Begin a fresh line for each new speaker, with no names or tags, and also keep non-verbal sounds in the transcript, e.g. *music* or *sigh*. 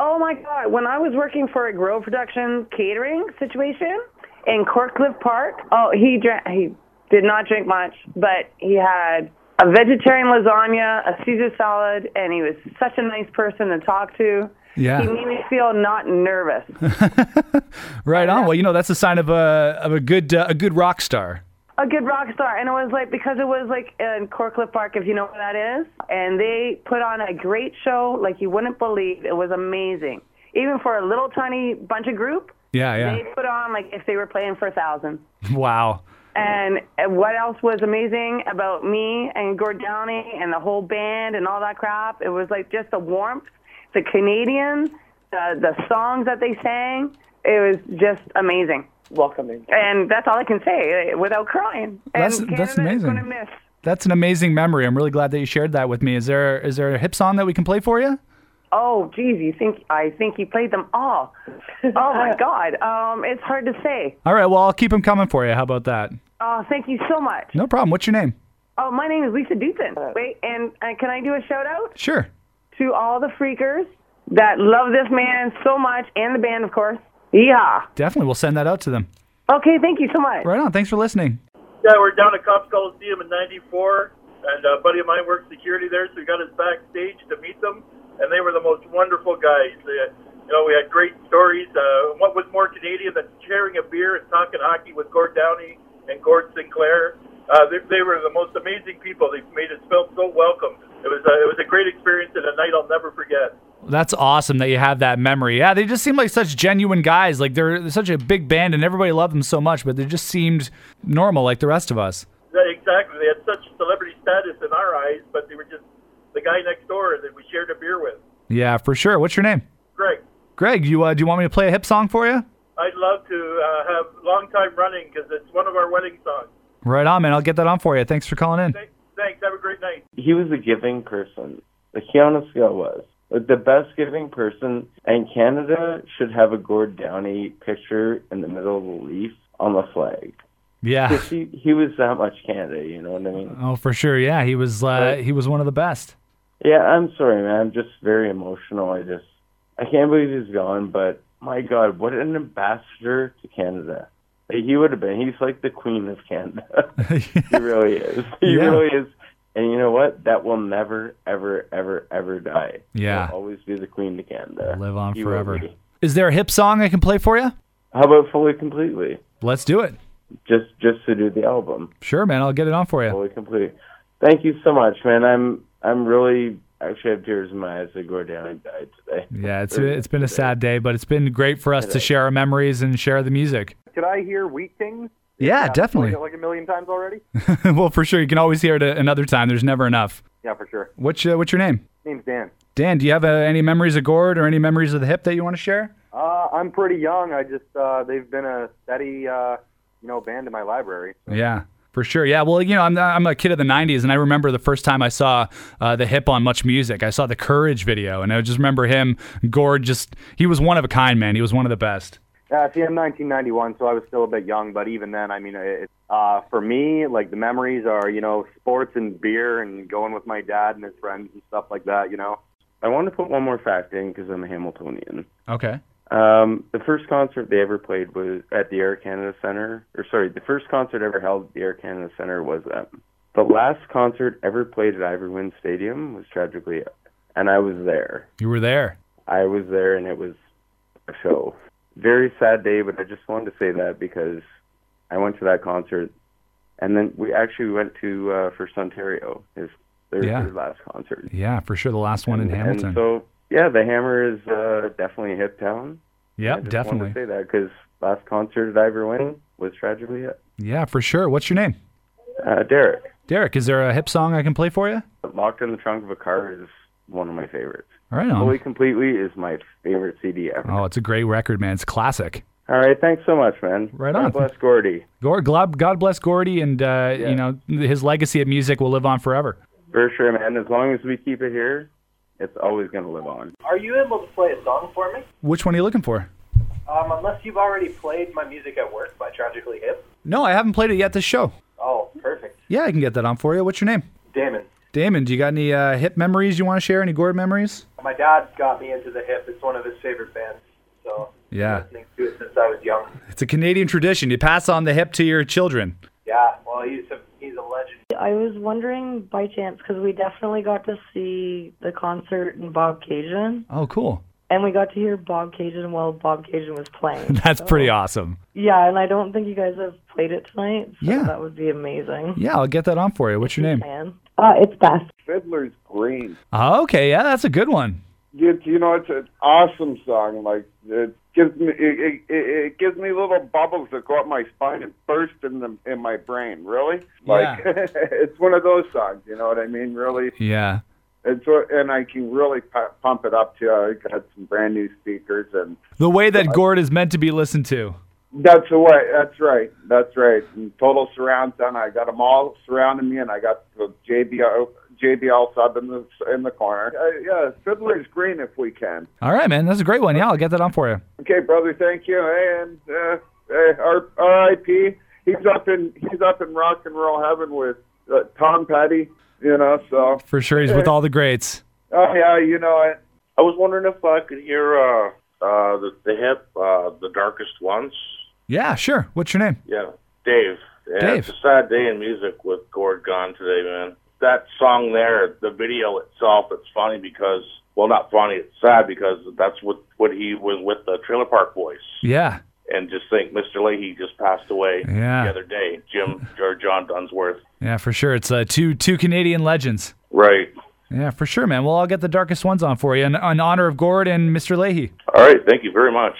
Oh my God! When I was working for a grill production catering situation in Corkcliffe Park, oh he drank. He did not drink much, but he had a vegetarian lasagna, a Caesar salad, and he was such a nice person to talk to.
Yeah.
He made me feel not nervous.
Right on. Well, you know that's a sign of a of a good uh, a good rock star.
a good rock star. And it was like because it was like in Corcliffe Park, if you know where that is. And they put on a great show, like you wouldn't believe. It was amazing, even for a little tiny bunch of group.
Yeah,
They
yeah.
put on like if they were playing for a thousand.
Wow.
And and what else was amazing about me and Gordani and the whole band and all that crap? It was like just the warmth, the Canadians, the the songs that they sang. It was just amazing.
Welcoming.
And that's all I can say eh, without crying.
That's-
and
that's
Canada is
amazing.
gonna miss.
That's an amazing memory. I'm really glad that you shared that with me. Is there is there a hip song that we can play for you?
Oh, geez, you think I think he played them all? Oh my God, um, it's hard to say.
All right. Well, I'll keep them coming for you. How about that?
Oh, thank you so much.
No problem. What's your name?
Oh, my name is Lisa Dutton. Wait, and uh, can I do a shout out
Sure.
to all the freakers that love this man so much and the band, of course? Yeah.
Definitely. We'll send that out to them.
Okay, thank you so much.
Right on. Thanks for listening.
Yeah, we're down at Cops Coliseum in '94, and a buddy of mine worked security there, so we got us backstage to meet them, and they were the most wonderful guys. Uh, you know, we had great stories. Uh, what was more Canadian than sharing a beer and talking hockey with Gord Downey and Gord Sinclair? Uh, they, they were the most amazing people. They made us feel so welcome. It was a, it was a great experience and a night I'll never forget.
That's awesome that you have that memory. Yeah, they just seem like such genuine guys. Like they're, they're such a big band and everybody loved them so much, but they just seemed normal like the rest of us.
Yeah, exactly. They had such celebrity status in our eyes, but they were just the guy next door that we shared a beer with.
Yeah, for sure. What's your name?
Greg.
Greg, you uh, do you want me to play a hip song for you?
I'd love to uh, have long time running because it's one of our wedding songs.
Right on, man. I'll get that on for you. Thanks for calling in.
Thanks. Thanks. Have a great night.
He was a giving person. Like he honestly was. Like the best giving person and Canada should have a Gord Downey picture in the middle of the leaf on the flag. *laughs*
Yeah.
'Cause He he was that much Canada, you know what I mean?
Oh, for sure. Yeah, he was uh, he was one of the best.
Yeah, I'm sorry, man. I'm just very emotional. I just I can't believe he's gone, but my God, what an ambassador to Canada. Like, he would have been. He's like the queen of
*laughs*
Canada. he really is. He
Yeah.
really is. And you know what? That will never, ever, ever, ever die.
Yeah.
He'll always be the queen of Canada.
Live on
He will
forever.
be.
Is there a hip song I can play for you?
How about fully completely?
Let's do it.
Just just to do the album.
Sure, man. I'll get it on for you.
Fully complete. Thank you so much, man. I'm I'm really actually I have tears in my eyes that go down and died today.
Yeah, it's it's been a sad day, but it's been great for us to share our memories and share the music. *laughs*
Did I hear Wheat Things?
Yeah, definitely.
Like a million times already?
well, for sure, you can always hear it a- another time. There's never enough.
yeah, for sure.
What's your, what's your name?
Name's Dan.
Dan, do you have uh, any memories of Gord or any memories of the hip that you want to share?
Uh, I'm pretty young. I just uh, they've been a steady uh, you know band in my library.
Yeah, for sure. Yeah, well, you know, I'm I'm a kid of the '90s, and I remember the first time I saw uh, the hip on Much Music. I saw the Courage video, and I just remember him, Gord. Just he was one of a kind, man. He was one of the best.
Yeah, Uh, see, I'm 1991, so I was still a bit young. But even then, I mean, it, uh, for me, like the memories are you know sports and beer and going with my dad and his friends and stuff like that. You know.
I want to put one more fact in because I'm a Hamiltonian.
Okay.
Um, the first concert they ever played was at the Air Canada Center, or sorry, the first concert ever held at the Air Canada Center was um, the last concert ever played at Ivory Wynne Stadium was tragically, and I was there.
You were there.
I was there, and it was a show. Very sad day, but I just wanted to say that because I went to that concert, and then we actually went to uh, First Ontario, his their,
Yeah.
their last concert.
Yeah, for sure. The last one in
And-
Hamilton.
And so, yeah, the Hammer is uh, definitely a hip town. I
yep,
just
definitely.
Wanted to say that because last concert that I ever went was tragically hit.
Yeah, for sure. What's your name?
Uh, Derek,
Derek, is there a hip song I can play for you?
Locked in the Trunk of a Car is one of my favorites.
All right, on.
Fully Completely is my favorite CD ever.
Oh, it's a great record, man. It's classic.
All right, thanks so much, man.
Right
God
on.
Bless Gordy,
Gord, God God bless Gordy, and uh, you know his legacy of music will live on forever.
for sure, man. As long as we keep it here, it's always gonna live on.
Are you able to play a song for me?
Which one are you looking for?
Um, unless you've already played my music at work by Tragically Hip.
No, I haven't played it yet. This show.
Oh, perfect.
Yeah, I can get that on for you. What's your name?
Damon.
Damon, do you got any uh, hip memories you want to share? Any Gord memories?
My dad got me into the hip. It's one of his favorite bands. So
Yeah.
I've been listening to it since I was young.
It's a Canadian tradition. You pass on the hip to your children.
Yeah, well, he's a he's a legend.
I was wondering by chance because we definitely got to see the concert in Bob Cajun,
Oh, cool. *laughs*
and we got to hear Bob Cajun while Bob Cajun was
*laughs*
playing.
That's pretty awesome.
yeah, and I don't think you guys have played it tonight, so
Yeah.
that would be amazing.
Yeah, I'll get that on for you. What's your name?
Man, uh, it's Beth.
Fiddler's Green.
Oh, okay, yeah, that's a good one.
You, you know, it's an awesome song. Like it gives me it, it, it gives me little bubbles that go up my spine and burst in the in my brain. Really, like *laughs* it's one of those songs. You know what I mean? Really,
Yeah.
it's what- and I can really pu- pump it up too. I got some brand new speakers, and
The way that Gord is meant to be listened to.
that's the way. That's right. That's right. And total surround sound. I got them all surrounding me, and I got the JBL JBL sub in the in the corner. Uh, yeah, Fiddler's Green, if we can.
All right, man, that's a great one. Yeah, I'll get that on for you.
Okay, brother. Thank you. Hey, and uh, hey, R- R.I.P. He's up in he's up in rock and roll heaven with uh, Tom Petty. You know, so
For sure, he's with all the greats.
oh yeah, you know it.
I was wondering if I could hear uh, uh, the, the hip, uh, the darkest ones.
Yeah, sure. What's your name?
Yeah, Dave. Yeah,
Dave.
It's a sad day in music with Gord gone today, man. That song there, the video itself, it's funny because, well, not funny, it's sad because that's what what he was with the Trailer Park Boys.
Yeah.
And just think, Mr. Leahy just passed away
Yeah.
the other day, Jim or John Dunsworth.
Yeah, for sure. It's uh, two two Canadian legends.
Right.
Yeah, for sure, man. Well, I'll get the darkest ones on for you in, in honor of Gord and Mr. Leahy.
All right. Thank you very much.